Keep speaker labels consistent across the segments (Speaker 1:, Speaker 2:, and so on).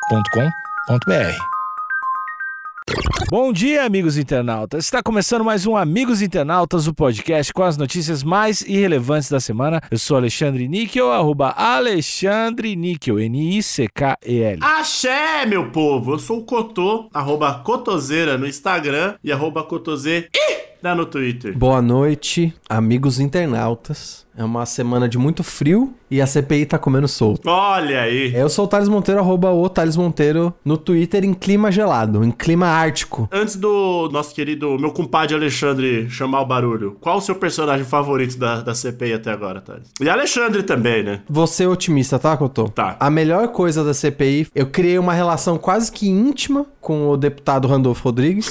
Speaker 1: agenciadepodcast.com.br.
Speaker 2: Bom dia, amigos internautas. Está começando mais um Amigos Internautas, o podcast com as notícias mais irrelevantes da semana. Eu sou Alexandre Níquel, arroba Alexandre Níquel, N-I-C-K-E-L.
Speaker 3: Axé, meu povo! Eu sou o Cotô, arroba Cotoseira no Instagram e arroba Cotose lá no Twitter.
Speaker 4: Boa noite, amigos internautas. É uma semana de muito frio e a CPI tá comendo solto.
Speaker 3: Olha aí!
Speaker 4: Eu sou o Thales Monteiro, arroba o Thales Monteiro no Twitter em clima gelado, em clima ártico.
Speaker 3: Antes do nosso querido, meu compadre Alexandre chamar o barulho, qual o seu personagem favorito da, da CPI até agora, Thales? E Alexandre também, né?
Speaker 4: Você é otimista, tá, Cotô?
Speaker 3: Tá.
Speaker 4: A melhor coisa da CPI, eu criei uma relação quase que íntima com o deputado Randolfo Rodrigues.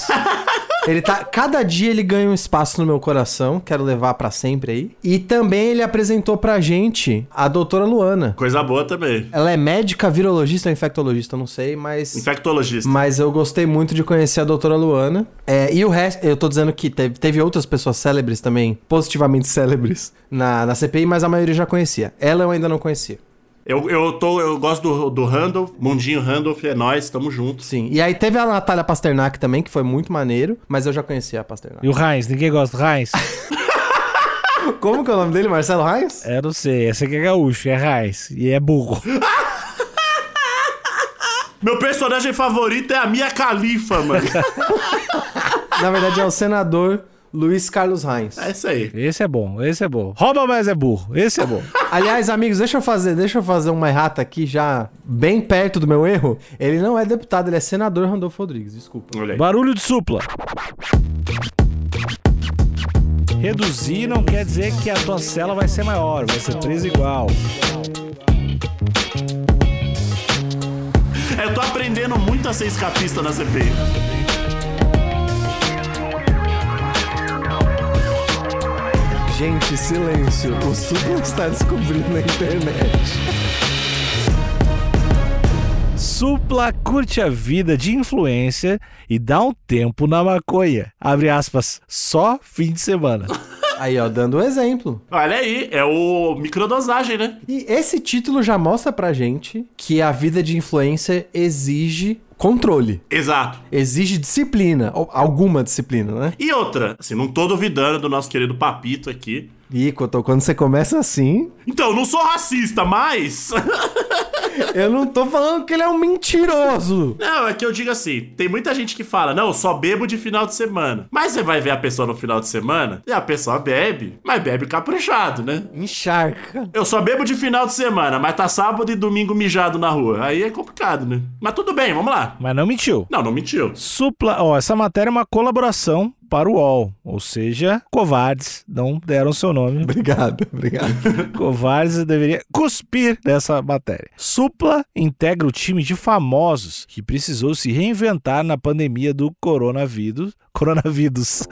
Speaker 4: Ele tá, cada dia ele ganha um espaço no meu coração, quero levar pra sempre aí. E também ele apresentou pra gente a doutora Luana.
Speaker 3: Coisa boa também.
Speaker 4: Ela é médica, virologista ou infectologista, eu não sei, mas
Speaker 3: Infectologista.
Speaker 4: mas eu gostei muito de conhecer a doutora Luana. É, e o resto, eu tô dizendo que teve, teve outras pessoas célebres também, positivamente célebres, na, na CPI, mas a maioria já conhecia. Ela eu ainda não conhecia.
Speaker 3: Eu, eu, tô, eu gosto do, do Randolph, Mundinho Randolph, é nóis, tamo junto.
Speaker 4: Sim. E aí teve a Natália Pasternak também, que foi muito maneiro, mas eu já conhecia a Pasternak.
Speaker 2: E o Heinz, ninguém gosta do Heinz?
Speaker 4: Como que é o nome dele? Marcelo Reis?
Speaker 2: Eu não sei, esse aqui é gaúcho, é Heinz e é burro.
Speaker 3: Meu personagem favorito é a Mia Califa, mano.
Speaker 4: Na verdade é o senador Luiz Carlos Reis.
Speaker 3: é isso aí.
Speaker 2: Esse é bom, esse é bom. Rouba, mas é burro, esse é bom.
Speaker 4: Aliás, amigos, deixa eu fazer, deixa eu fazer uma errata aqui já bem perto do meu erro. Ele não é deputado, ele é senador Randolfo Rodrigues, desculpa.
Speaker 3: Olha aí.
Speaker 2: Barulho de supla. Reduzir não quer dizer que a tua cela vai ser maior, vai ser três igual.
Speaker 3: É, Eu tô aprendendo muito a ser escapista na CPI.
Speaker 4: Gente, silêncio. O Supla está descobrindo na internet.
Speaker 2: Supla curte a vida de influência e dá um tempo na maconha. Abre aspas, só fim de semana.
Speaker 4: Aí, ó, dando um exemplo.
Speaker 3: Olha aí, é o microdosagem, né?
Speaker 4: E esse título já mostra pra gente que a vida de influencer exige controle.
Speaker 3: Exato.
Speaker 4: Exige disciplina. ou Alguma disciplina, né?
Speaker 3: E outra, assim, não tô duvidando do nosso querido Papito aqui.
Speaker 4: Ih, Cotô, quando você começa assim,
Speaker 3: Então, eu não sou racista, mas.
Speaker 4: eu não tô falando que ele é um mentiroso.
Speaker 3: não, é que eu digo assim: tem muita gente que fala, não, eu só bebo de final de semana. Mas você vai ver a pessoa no final de semana, e a pessoa bebe, mas bebe caprichado, né?
Speaker 4: Encharca.
Speaker 3: Eu só bebo de final de semana, mas tá sábado e domingo mijado na rua. Aí é complicado, né? Mas tudo bem, vamos lá.
Speaker 2: Mas não mentiu.
Speaker 3: Não, não mentiu.
Speaker 2: Supla, ó, essa matéria é uma colaboração para o UOL, ou seja, covardes não deram seu nome.
Speaker 4: Obrigado, obrigado.
Speaker 2: Covardes deveria cuspir dessa matéria. Supla integra o time de famosos que precisou se reinventar na pandemia do coronavírus. Coronavírus.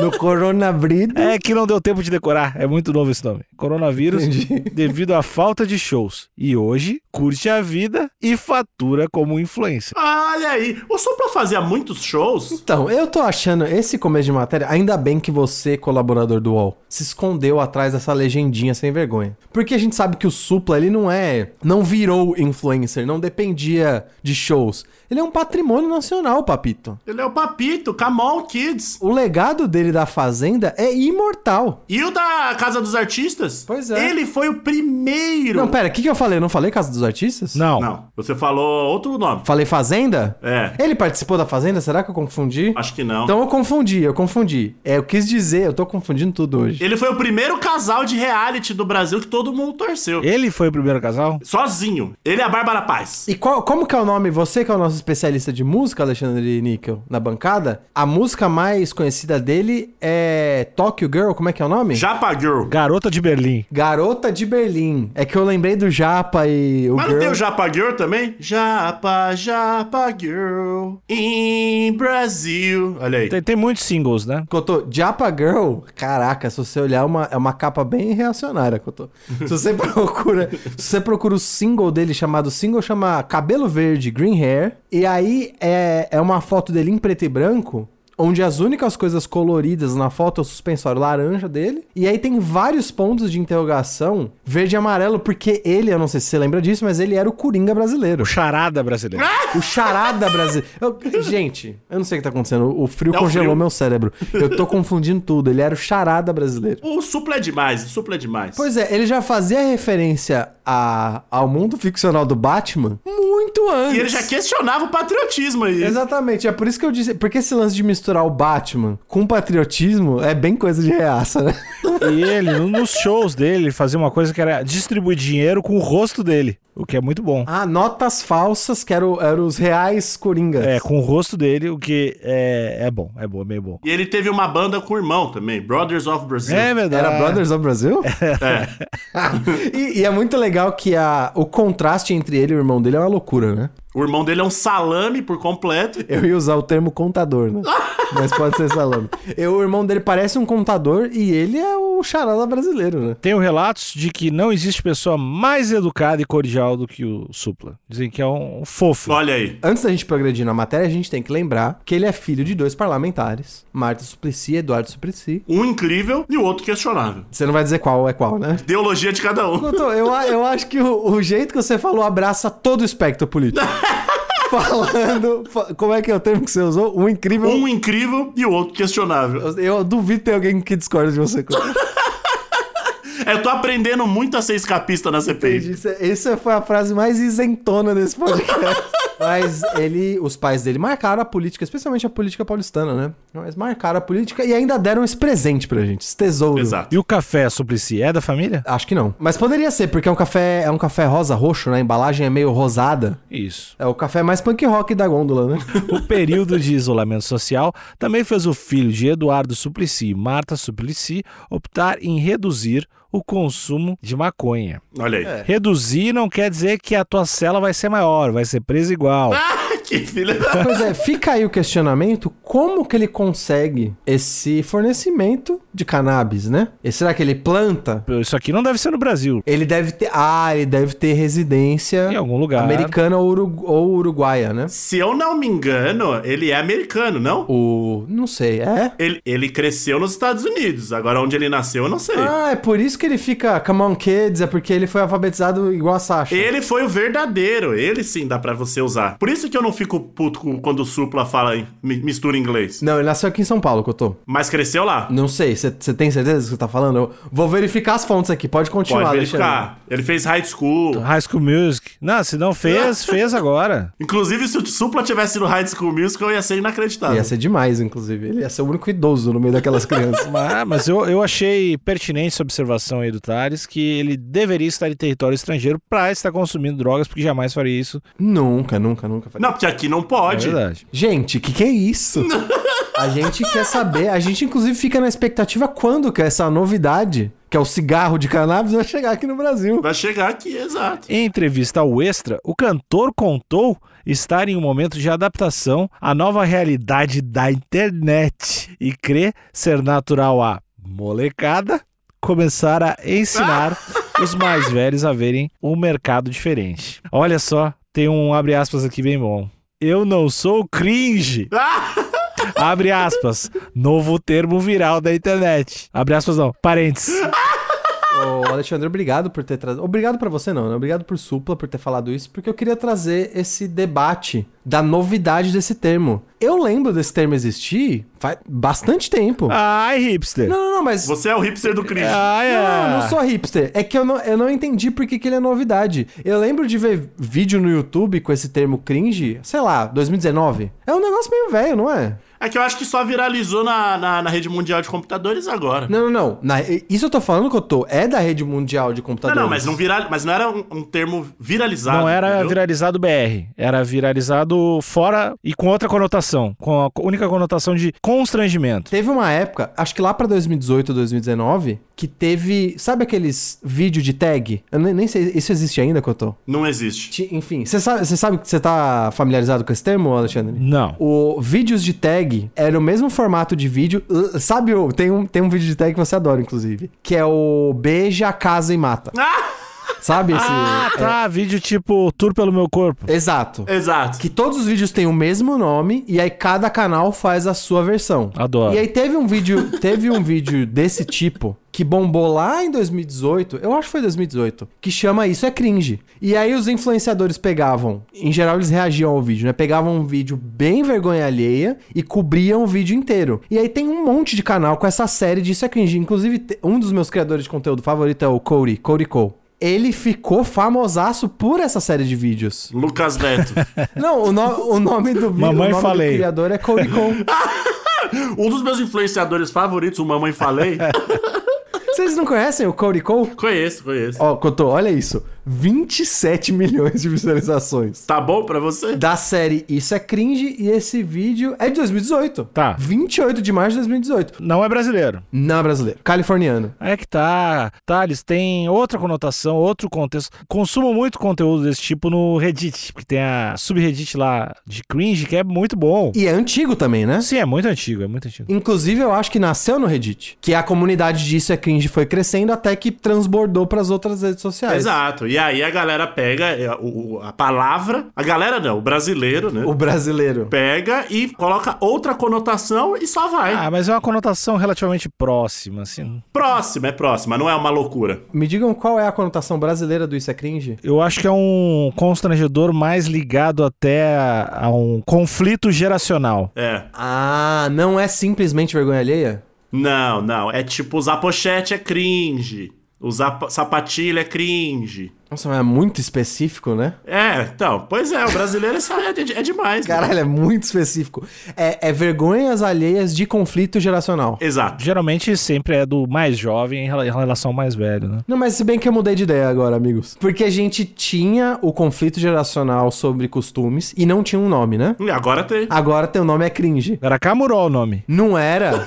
Speaker 4: No coronavírus.
Speaker 2: É que não deu tempo de decorar, é muito novo esse nome. Coronavírus
Speaker 4: Entendi.
Speaker 2: devido à falta de shows. E hoje curte a vida e fatura como influencer.
Speaker 3: Olha aí, o Supla fazia muitos shows.
Speaker 4: Então, eu tô achando esse começo de matéria, ainda bem que você, colaborador do UOL, se escondeu atrás dessa legendinha sem vergonha. Porque a gente sabe que o Supla, ele não é. Não virou influencer, não dependia de shows. Ele é um patrimônio nacional, papito.
Speaker 3: Ele é o Papito, Come on, Kids.
Speaker 4: O legado dele da Fazenda é imortal.
Speaker 3: E o da Casa dos Artistas?
Speaker 4: Pois é.
Speaker 3: Ele foi o primeiro.
Speaker 4: Não, pera, o que, que eu falei? Eu não falei Casa dos Artistas?
Speaker 2: Não.
Speaker 3: Não, você falou outro nome.
Speaker 4: Falei Fazenda?
Speaker 3: É.
Speaker 4: Ele participou da Fazenda? Será que eu confundi?
Speaker 3: Acho que não.
Speaker 4: Então eu confundi, eu confundi. É, eu quis dizer, eu tô confundindo tudo hoje.
Speaker 3: Ele foi o primeiro casal de reality do Brasil que todo mundo torceu.
Speaker 2: Ele foi o primeiro casal?
Speaker 3: Sozinho. Ele é a Bárbara Paz.
Speaker 4: E qual- como que é o nome? Você que é o nosso especialista de música, Alexandre Níquel, na bancada, a música mais conhecida dele é Tokyo Girl, como é que é o nome?
Speaker 3: Japa Girl.
Speaker 2: Garota de Berlim.
Speaker 4: Garota de Berlim. É que eu lembrei do Japa e o
Speaker 3: Mas não
Speaker 4: Girl.
Speaker 3: tem o Japa Girl também? Japa, Japa Girl. In Brasil. Olha aí.
Speaker 2: Tem, tem muitos singles, né?
Speaker 4: Cotô, Japa Girl, caraca, se você olhar, é uma, é uma capa bem reacionária, Cotô. Se você procura, se você procura o single dele chamado, o single chama Cabelo Verde, Green Hair, e aí é, é uma foto dele em preto e branco, onde as únicas coisas coloridas na foto é o suspensório laranja dele. E aí tem vários pontos de interrogação verde e amarelo, porque ele, eu não sei se você lembra disso, mas ele era o Coringa brasileiro.
Speaker 2: O charada brasileiro.
Speaker 4: O charada brasileiro. Eu- gente, eu não sei o que tá acontecendo. O frio
Speaker 3: É o
Speaker 4: congelou
Speaker 3: frio.
Speaker 4: meu cérebro. Eu tô confundindo tudo. Ele era o charada brasileiro.
Speaker 3: O supla é demais, o supla é demais.
Speaker 4: Pois é, ele já fazia referência a, ao mundo ficcional do Batman muito antes.
Speaker 3: E ele já questionava o patriotismo aí.
Speaker 4: Exatamente, é por isso que eu disse. Porque esse lance de misturar o Batman com patriotismo é bem coisa de reaça, né?
Speaker 2: E ele, no- nos shows dele, ele fazia uma coisa que era distribuir dinheiro com o rosto dele, o que é muito bom.
Speaker 4: Ah, notas falsas, que eram eram os reais coringas.
Speaker 2: É, com o rosto dele, o que é, é bom, é bom, é meio bom.
Speaker 3: E ele teve uma banda com o irmão também, Brothers of Brazil.
Speaker 2: É verdade.
Speaker 4: Era Brothers of Brasil?
Speaker 3: É.
Speaker 4: e, e é muito legal que a, o contraste entre ele e o irmão dele é uma loucura, né?
Speaker 3: O irmão dele é um salame por completo.
Speaker 4: Eu ia usar o termo contador, né? Mas pode ser salame. Eu, o irmão dele parece um contador e ele é o charada brasileiro, né?
Speaker 2: Tenho relatos de que não existe pessoa mais educada e cordial do que o Supla. Dizem que é um fofo.
Speaker 3: Olha aí.
Speaker 4: Antes da gente progredir na matéria, a gente tem que lembrar que ele é filho de dois parlamentares, Marta Suplicy e Eduardo Suplicy.
Speaker 3: Um incrível e o outro questionável.
Speaker 4: Você não vai dizer qual é qual, né?
Speaker 3: Ideologia de cada um.
Speaker 4: Couto, eu, a- eu acho que o, o jeito que você falou abraça todo o espectro político. Falando. fa- Como é que é o termo que você usou? Um incrível.
Speaker 3: Um incrível e o outro questionável.
Speaker 4: Eu, eu duvido ter alguém que discorda de você. Couto.
Speaker 3: Eu É, tô aprendendo muito a ser escapista na CPI.
Speaker 4: Isso- Essa foi a frase mais isentona desse podcast. Mas ele, os pais dele marcaram a política, especialmente a política paulistana, né? Mas marcaram a política e ainda deram esse presente pra gente, esse tesouro.
Speaker 3: Exato.
Speaker 2: E o café Suplicy é da família?
Speaker 4: Acho que não. Mas poderia ser, porque é um café, é um café rosa roxo, né? A embalagem é meio rosada.
Speaker 2: Isso.
Speaker 4: É o café mais punk rock da gôndola, né?
Speaker 2: O período de isolamento social também fez o filho de Eduardo Suplicy e Marta Suplicy optar em reduzir o consumo de maconha.
Speaker 3: Olha aí.
Speaker 4: É.
Speaker 2: Reduzir não quer dizer que a tua cela vai ser maior, vai ser presa igual.
Speaker 3: Ah, que filha da...
Speaker 4: Pois é, fica aí o questionamento, como que ele consegue esse fornecimento de cannabis, né? E será que ele planta?
Speaker 2: Isso aqui não deve ser no Brasil.
Speaker 4: Ele deve ter, ah, ele deve ter residência
Speaker 2: Em algum lugar.
Speaker 4: americana ou, urugu- ou uruguaia, né?
Speaker 3: Se eu não me engano, ele é americano, não?
Speaker 4: O, não sei, é?
Speaker 3: Ele, ele cresceu nos Estados Unidos. Agora, onde ele nasceu, eu não sei.
Speaker 4: Ah, é por isso que ele fica come on kids, é porque ele foi alfabetizado igual a Sasha.
Speaker 3: Ele foi o verdadeiro. Ele sim dá pra você usar. Por isso que eu não fico puto com- quando o Supla fala em- mi- mistura inglês.
Speaker 4: Não, ele nasceu aqui em São Paulo, que eu tô.
Speaker 3: Mas cresceu lá.
Speaker 4: Não sei, você tem certeza do que você tá falando? Eu vou verificar as fontes aqui, pode continuar,
Speaker 3: Pode
Speaker 4: Alexandre.
Speaker 3: verificar. Ele fez high school.
Speaker 2: High School Music. Não, se não fez, fez agora.
Speaker 3: Inclusive, se o Supla tivesse no High School Music, eu ia ser inacreditável.
Speaker 4: Ia ser demais, inclusive. Ele ia ser o único idoso no meio daquelas crianças.
Speaker 2: Mas, Ah, mas eu, eu achei pertinente essa observação aí do Thales que ele deveria estar em território estrangeiro pra estar consumindo drogas, porque jamais faria isso.
Speaker 4: nunca, nunca, nunca. faria.
Speaker 3: Não, porque aqui não
Speaker 2: É
Speaker 3: pode.
Speaker 2: verdade.
Speaker 4: Gente, que que é isso? A gente quer saber, a gente inclusive fica na expectativa quando que essa novidade, que é o cigarro de cannabis, vai chegar aqui no Brasil.
Speaker 3: Vai chegar aqui, exato.
Speaker 2: Em entrevista ao Extra, o cantor contou estar em um momento de adaptação à nova realidade da internet e crê ser natural a molecada começar a ensinar os mais velhos a verem um mercado diferente. Olha só, tem um abre aspas aqui bem bom. Eu não sou cringe.
Speaker 3: Ah,
Speaker 2: Abre aspas. Novo termo viral da internet. Abre aspas não. Parênteses.
Speaker 4: Ô, Alexandre, obrigado por ter trazido. Obrigado pra você não, né? Obrigado por Supla por ter falado isso, porque eu queria trazer esse debate da novidade desse termo. Eu lembro desse termo existir faz bastante tempo.
Speaker 2: Ai, hipster.
Speaker 4: Não, não, não, mas
Speaker 3: você é o hipster do Christian.
Speaker 2: Ai,
Speaker 4: Não, eu não
Speaker 2: é.
Speaker 4: sou hipster. É que eu não, eu não entendi por que, que ele é novidade. Eu lembro de ver vídeo no YouTube com esse termo cringe, sei lá, 2019. É um negócio meio velho, não é?
Speaker 3: É que eu acho que só viralizou na, na, na rede mundial de computadores agora. Não,
Speaker 4: Não, não, não. Na- isso eu tô falando que eu tô. É da rede mundial de
Speaker 3: não,
Speaker 4: computadores.
Speaker 3: mas não viral, mas não era um, um termo viralizado.
Speaker 2: Não era
Speaker 3: entendeu?
Speaker 2: viralizado BR, era viralizado fora e com outra conotação, com a única conotação de constrangimento.
Speaker 4: Teve uma época, acho que lá pra 2018, 2019, que teve. Sabe aqueles vídeos de tag? Eu nem, nem sei. Isso existe ainda, Cotô?
Speaker 3: Não existe.
Speaker 4: Ti- Enfim, você sabe, você sabe que você tá familiarizado com esse termo, Alexandre?
Speaker 2: Não.
Speaker 4: O vídeos de tag era o mesmo formato de vídeo. L- Sabe, o- tem um, tem um vídeo de tag que você adora, inclusive. Que é o Beija, Casa e Mata.
Speaker 3: Ah!
Speaker 4: Sabe esse.
Speaker 2: Ah, tá. Vídeo tipo Tour pelo meu corpo.
Speaker 4: Exato.
Speaker 3: Exato.
Speaker 4: Que todos os vídeos têm o mesmo nome e aí cada canal faz a sua versão.
Speaker 2: Adoro.
Speaker 4: E aí teve um vídeo, teve um vídeo desse tipo que bombou lá em 2018, eu acho que foi 2018, que chama Isso é Cringe. E aí os influenciadores pegavam, em geral eles reagiam ao vídeo, né? Pegavam um vídeo bem vergonha alheia e cobriam o vídeo inteiro. E aí tem um monte de canal com essa série de Isso é Cringe. Inclusive, te- um dos meus criadores de conteúdo favorito é o Cody, Cody Cole. Ele ficou famosaço por essa série de vídeos.
Speaker 3: Lucas Neto.
Speaker 4: Não, o, no- o nome do vídeo,
Speaker 2: Mamãe
Speaker 4: o nome
Speaker 2: falei.
Speaker 4: do criador é Cody Cole.
Speaker 3: um dos meus influenciadores favoritos, o Mamãe Falei.
Speaker 4: Vocês não conhecem o Cody Cole?
Speaker 3: conheço, conheço.
Speaker 4: Ó, Cotô, olha isso. 27 milhões de visualizações.
Speaker 3: Tá bom pra você?
Speaker 4: Da série Isso é Cringe e esse vídeo é de 2018.
Speaker 2: Tá.
Speaker 4: 28 de março de 2018.
Speaker 2: Não é brasileiro.
Speaker 4: Não é brasileiro. Californiano.
Speaker 2: É que tá, tá, eles têm outra conotação, outro contexto. Consumo muito conteúdo desse tipo no Reddit, porque tem a subreddit lá de cringe, que é muito bom.
Speaker 4: E é antigo também, né?
Speaker 2: Sim, é muito antigo, é muito antigo.
Speaker 4: Inclusive, eu acho que nasceu no Reddit. Que a comunidade de Isso é Cringe foi crescendo até que transbordou pras outras redes sociais.
Speaker 3: Exato. E aí a galera pega é, o- o- a palavra. A galera não, o brasileiro, né?
Speaker 4: O brasileiro.
Speaker 3: Pega e coloca outra conotação e só vai.
Speaker 2: Ah, mas é uma conotação relativamente próxima, assim.
Speaker 3: Próxima, é próxima, não é uma loucura.
Speaker 4: Me digam qual é a conotação brasileira do Isso é Cringe?
Speaker 2: Eu acho que é um constrangedor mais ligado até a, a um conflito geracional.
Speaker 3: É.
Speaker 4: Ah, não é simplesmente vergonha alheia?
Speaker 3: Não, não. É tipo, usar pochete é cringe. Usar pa- sapatilha é cringe.
Speaker 4: Nossa, mas é muito específico, né?
Speaker 3: É, então, pois é, o brasileiro isso é, de- é demais. né?
Speaker 4: Caralho, é muito específico. É, é vergonhas alheias de conflito geracional.
Speaker 3: Exato.
Speaker 2: Geralmente sempre é do mais jovem em rela- em relação ao mais velho, né?
Speaker 4: Não, mas se bem que eu mudei de ideia agora, amigos. Porque a gente tinha o conflito geracional sobre costumes e não tinha um nome, né?
Speaker 3: E agora tem.
Speaker 4: Agora teu nome é cringe.
Speaker 2: Era Camuró o nome.
Speaker 4: Não era,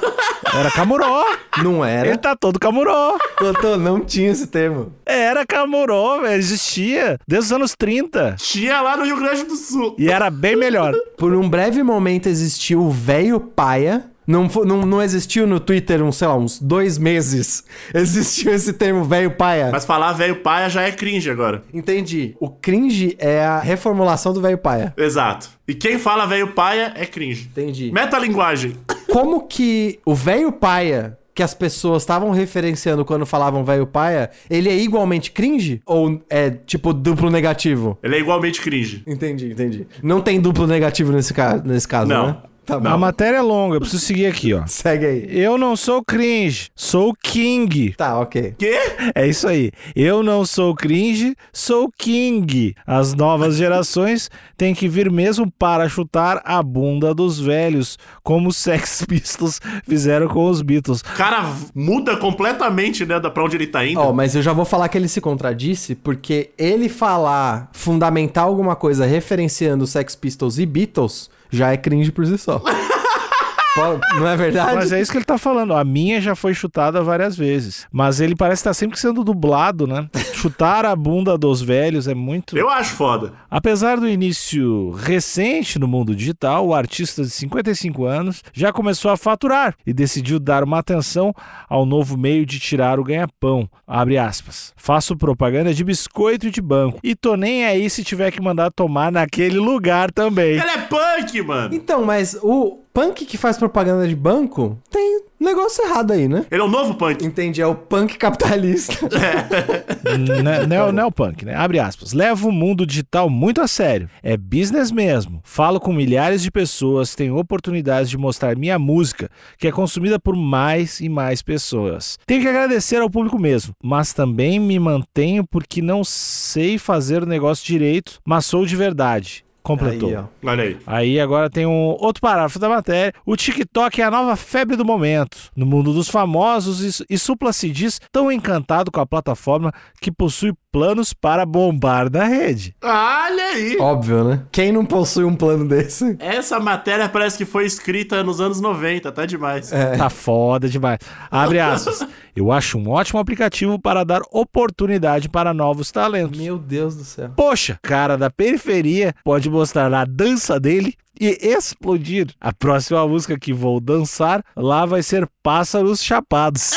Speaker 2: Era Camuró.
Speaker 4: não
Speaker 2: Ele
Speaker 4: era.
Speaker 2: tá todo Camuró.
Speaker 4: Cotô, não tinha esse termo.
Speaker 2: Era Camuró, velho. Existia desde os anos 30.
Speaker 3: Tinha lá no Rio Grande do Sul.
Speaker 2: E era bem melhor.
Speaker 4: Por um breve momento existiu o velho paia. Não, fo- não, não existiu no Twitter, uns, sei lá, uns dois meses. Existiu esse termo velho paia.
Speaker 3: Mas falar velho paia já é cringe agora.
Speaker 4: Entendi. O cringe é a reformulação do velho paia.
Speaker 3: Exato. E quem fala velho paia é cringe.
Speaker 4: Entendi.
Speaker 3: Metalinguagem.
Speaker 4: Como que o velho paia que as pessoas estavam referenciando quando falavam velho paia, ele é igualmente cringe? Ou é tipo duplo negativo?
Speaker 3: Ele é igualmente cringe.
Speaker 4: Entendi, entendi. Não tem duplo negativo nesse, ca nesse caso,
Speaker 3: Não.
Speaker 4: né? Tá bom.
Speaker 2: A matéria é longa, eu preciso seguir aqui, ó.
Speaker 4: Segue aí.
Speaker 2: Eu não sou cringe, sou king.
Speaker 4: Tá, ok.
Speaker 3: Quê?
Speaker 2: É isso aí. Eu não sou cringe, sou king. As novas gerações têm que vir mesmo para chutar a bunda dos velhos, como os Sex Pistols fizeram com os Beatles.
Speaker 3: O cara v- muda completamente, né, da- pra onde ele tá indo.
Speaker 4: Ó, mas eu já vou falar que ele se contradisse, porque ele falar, fundamentar alguma coisa referenciando Sex Pistols e Beatles, já é cringe por si só. Pô, Não é verdade?
Speaker 2: Mas é isso que ele tá falando. A minha já foi chutada várias vezes. Mas ele parece estar sempre sendo dublado, né? Chutar a bunda dos velhos é muito.
Speaker 3: Eu acho foda.
Speaker 2: Apesar do início recente no mundo digital, o artista de 55 anos já começou a faturar e decidiu dar uma atenção ao novo meio de tirar o ganha-pão. Abre aspas. Faço propaganda de biscoito e de banco. E tô nem aí se tiver que mandar tomar naquele lugar também.
Speaker 3: Ele é punk, mano.
Speaker 4: Então, mas o punk que faz propaganda de banco tem um negócio errado aí, né?
Speaker 3: Ele é o novo punk.
Speaker 4: Entendi, é o punk capitalista.
Speaker 2: Ne- Hum,
Speaker 4: Tá
Speaker 2: neo, neopunk, né? Abre aspas. Levo o mundo digital muito a sério. É business mesmo. Falo com milhares de pessoas, tenho oportunidades de mostrar minha música, que é consumida por mais e mais pessoas. Tenho que agradecer ao público mesmo, mas também me mantenho porque não sei fazer o negócio direito, mas sou de verdade. Completou.
Speaker 4: Aí, ó.
Speaker 3: Olha aí.
Speaker 2: Aí agora tem um outro parágrafo da matéria. O TikTok é a nova febre do momento. No mundo dos famosos, e, e Supla se diz tão encantado com a plataforma que possui planos para bombar na rede.
Speaker 3: Olha aí.
Speaker 4: Óbvio, né? Quem não possui um plano desse?
Speaker 3: Essa matéria parece que foi escrita nos anos 90, tá demais.
Speaker 4: É.
Speaker 2: Tá foda demais. Abre aspas. Eu acho um ótimo aplicativo para dar oportunidade para novos talentos.
Speaker 4: Meu Deus do céu.
Speaker 2: Poxa, cara da periferia pode mostrar a dança dele e explodir. A próxima música que vou dançar lá vai ser Pássaros Chapados.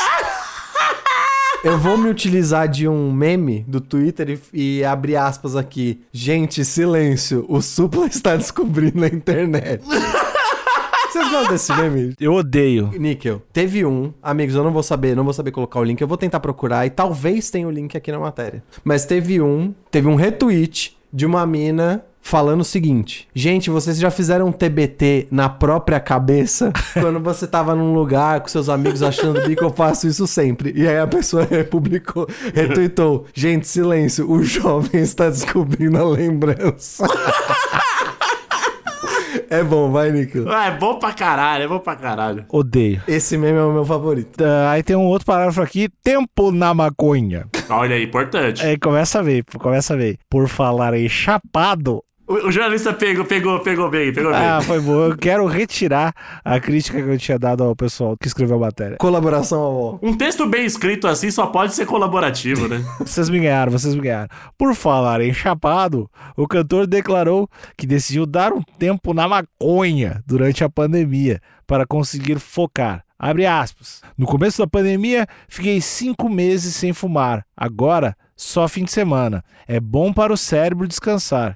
Speaker 4: Eu vou me utilizar de um meme do Twitter e, e abrir aspas aqui. Gente, silêncio. O Supla está descobrindo a internet. Vocês gostam desse meme?
Speaker 2: Eu odeio.
Speaker 4: Níquel, teve um, amigos, eu não vou saber, não vou saber colocar o link, eu vou tentar procurar e talvez tenha o link aqui na matéria. Mas teve um, teve um retweet de uma mina falando o seguinte: Gente, vocês já fizeram um TBT na própria cabeça? Quando você tava num lugar com seus amigos achando bico, eu faço isso sempre. E aí a pessoa republicou, retweetou: Gente, silêncio, o jovem está descobrindo a lembrança. é bom, vai, Níquel.
Speaker 3: Ah, é bom pra caralho, é bom pra caralho.
Speaker 2: Odeio.
Speaker 4: Esse meme é o meu favorito.
Speaker 2: Ah, aí tem um outro parágrafo aqui: tempo na maconha.
Speaker 3: Olha aí, importante.
Speaker 4: É.
Speaker 2: Aí começa a ver, começa a ver. Por falar em chapado,
Speaker 3: O, o jornalista pegou, pegou, pegou bem, pegou bem.
Speaker 2: Ah, foi bom. Eu quero retirar a crítica que eu tinha dado ao pessoal que escreveu a matéria.
Speaker 4: Colaboração ao UOL.
Speaker 3: Um texto bem escrito assim só pode ser colaborativo, né?
Speaker 2: Vocês me ganharam, vocês me ganharam. Por falar em chapado, o cantor declarou que decidiu dar um tempo na maconha durante a pandemia para conseguir focar. Abre aspas. No começo da pandemia, fiquei cinco meses sem fumar. Agora, só fim de semana. É bom para o cérebro descansar.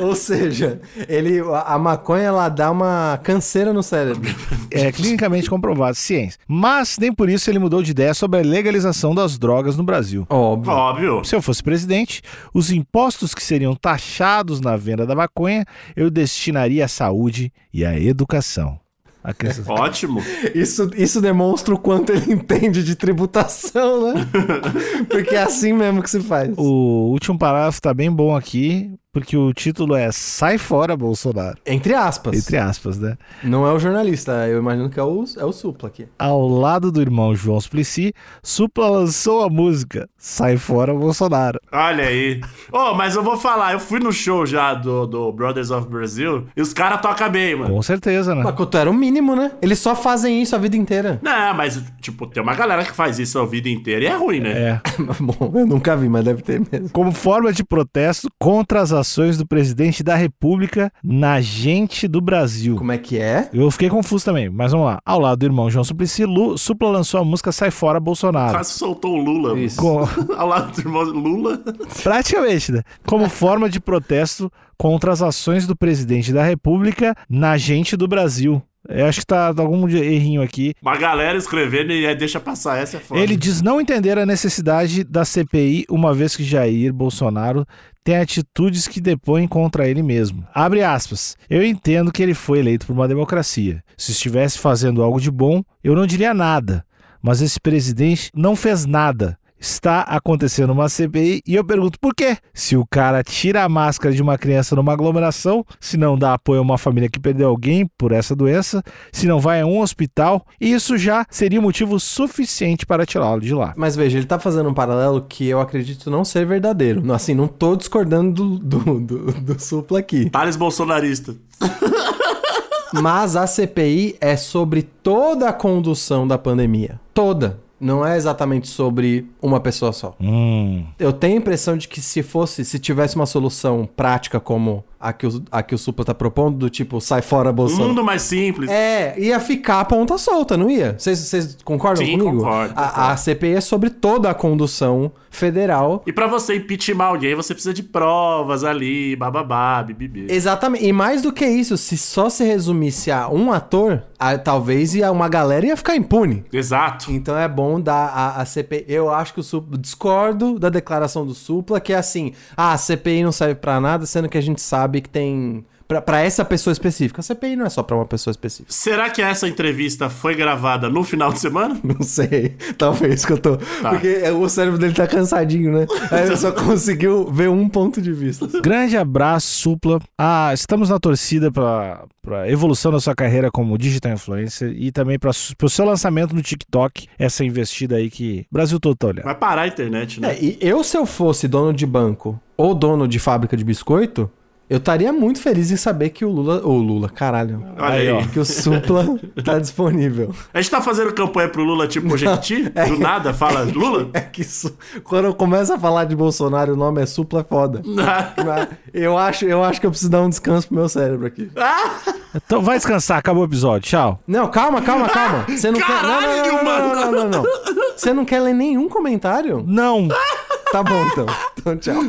Speaker 4: Ou seja, ele, a a maconha ela dá uma canseira no cérebro.
Speaker 2: É clinicamente comprovado, ciência. Mas nem por isso ele mudou de ideia sobre a legalização das drogas no Brasil.
Speaker 4: Óbvio.
Speaker 3: Óbvio.
Speaker 2: Se eu fosse presidente, os impostos que seriam taxados na venda da maconha eu destinaria à saúde e à educação. A questão-
Speaker 3: Ótimo.
Speaker 4: Isso, isso demonstra o quanto ele entende de tributação, né? Porque é assim mesmo que se faz.
Speaker 2: O último parágrafo tá bem bom aqui, porque o título é Sai fora, Bolsonaro.
Speaker 4: Entre aspas.
Speaker 2: Entre aspas, né?
Speaker 4: Não é o jornalista, eu imagino que é o, é o supla aqui.
Speaker 2: Ao lado do irmão João Suplicy, Supla lançou a música Sai fora, Bolsonaro.
Speaker 3: Olha aí. Ô, mas eu vou falar, eu fui no show já do, do Brothers of Brazil e os caras tocam bem, mano.
Speaker 2: Com certeza, né?
Speaker 4: Makoto era o mínimo, né? Eles só fazem isso a vida inteira.
Speaker 3: Não, mas, tipo, tem uma galera que faz isso a vida inteira e é ruim, né?
Speaker 2: É.
Speaker 4: Bom, eu nunca vi, mas deve ter mesmo.
Speaker 2: Como forma de protesto contra as ações do presidente da República na gente do Brasil.
Speaker 4: Como é que é?
Speaker 2: Eu fiquei confuso também, mas vamos lá. Ao lado do irmão João Suplicy, Lu, Supla lançou a música Sai Fora Bolsonaro.
Speaker 3: Quase soltou o Lula.
Speaker 4: Isso.
Speaker 2: Com-
Speaker 3: Ao lado do irmão Lula.
Speaker 2: praticamente, né? Como forma de protesto contra as ações do presidente da República na gente do Brasil. Eu acho que tá algum errinho aqui.
Speaker 3: Uma galera escrevendo e aí deixa passar essa é foda.
Speaker 2: Ele diz não entender a necessidade da CPI, uma vez que Jair Bolsonaro tem atitudes que depõem contra ele mesmo. Abre aspas. Eu entendo que ele foi eleito por uma democracia. Se estivesse fazendo algo de bom, eu não diria nada. Mas esse presidente não fez nada. Está acontecendo uma CPI e eu pergunto por quê? Se o cara tira a máscara de uma criança numa aglomeração, se não dá apoio a uma família que perdeu alguém por essa doença, se não vai a um hospital, isso já seria motivo suficiente para tirá-lo de lá.
Speaker 4: Mas veja, ele tá fazendo um paralelo que eu acredito não ser verdadeiro. Assim, não tô discordando do, do, do, do supla aqui.
Speaker 3: Thales bolsonarista. Um
Speaker 4: Mas a CPI é sobre toda a condução da pandemia. Toda. Não é exatamente sobre uma pessoa só.
Speaker 2: Hum.
Speaker 4: Eu tenho a impressão de que se fosse, se tivesse uma solução prática como a que o, a que o Supla tá propondo, do tipo, sai fora,
Speaker 3: Um
Speaker 4: Bolsonaro.
Speaker 3: mundo mais simples.
Speaker 4: É, ia ficar a ponta solta, não ia? Vocês- Vocês concordam
Speaker 3: Sim,
Speaker 4: comigo?
Speaker 3: concordo,
Speaker 4: A, a CPI é sobre toda a condução federal
Speaker 3: E pra você impeachment alguém, você precisa de provas ali, bababá, bibibê.
Speaker 4: Exatamente. E mais do que isso, se só se resumisse a um ator, a- talvez ia uma galera ia ficar impune.
Speaker 3: Exato.
Speaker 4: Então é bom dar a, a CPI. Eu acho que o Supla. Discordo da declaração do Supla, que é assim: ah, a CPI não serve pra nada, sendo que a gente sabe que tem. Pra, pra essa pessoa específica. A CPI não é só pra uma pessoa específica.
Speaker 3: Será que essa entrevista foi gravada no final de semana?
Speaker 4: Não sei. Talvez que eu tô. Porque o cérebro dele tá cansadinho, né? Aí ele só conseguiu ver um ponto de vista.
Speaker 2: Grande abraço, Supla. Ah, estamos na torcida para a evolução da sua carreira como digital influencer e também para o seu lançamento no TikTok, essa investida aí que o Brasil todo tá olhando.
Speaker 3: Vai parar a internet, né?
Speaker 4: É, e eu, se eu fosse dono de banco ou dono de fábrica de biscoito, Eu estaria muito feliz em saber que o Lula. Ô, Lula, caralho.
Speaker 3: Olha aí.
Speaker 2: Aí, ó.
Speaker 4: Que o Supla tá disponível.
Speaker 3: A gente tá fazendo campanha pro Lula tipo o Jequiti? Do nada, fala Lula?
Speaker 4: É que isso, quando eu começo a falar de Bolsonaro, o nome é Supla é foda. Mas eu, acho, eu acho que eu preciso dar um descanso pro meu cérebro aqui.
Speaker 2: Então vai descansar, acabou o episódio. Tchau.
Speaker 4: Não, calma, calma, calma. Você não quer. Não,
Speaker 3: Caralho,
Speaker 4: não, não, não, não, não, não. Você não quer ler nenhum comentário?
Speaker 2: Não.
Speaker 4: Tá bom, então. Então, tchau.